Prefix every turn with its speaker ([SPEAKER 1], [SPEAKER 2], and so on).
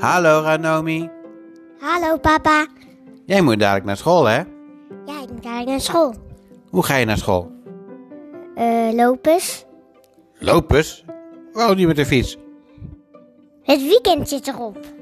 [SPEAKER 1] Hallo Ranomi.
[SPEAKER 2] Hallo papa.
[SPEAKER 1] Jij moet dadelijk naar school, hè?
[SPEAKER 2] Ja, ik moet eigenlijk naar school.
[SPEAKER 1] Hoe ga je naar school?
[SPEAKER 2] Eh, lopers.
[SPEAKER 1] Lopers? Waarom niet met de fiets?
[SPEAKER 2] Het weekend zit erop.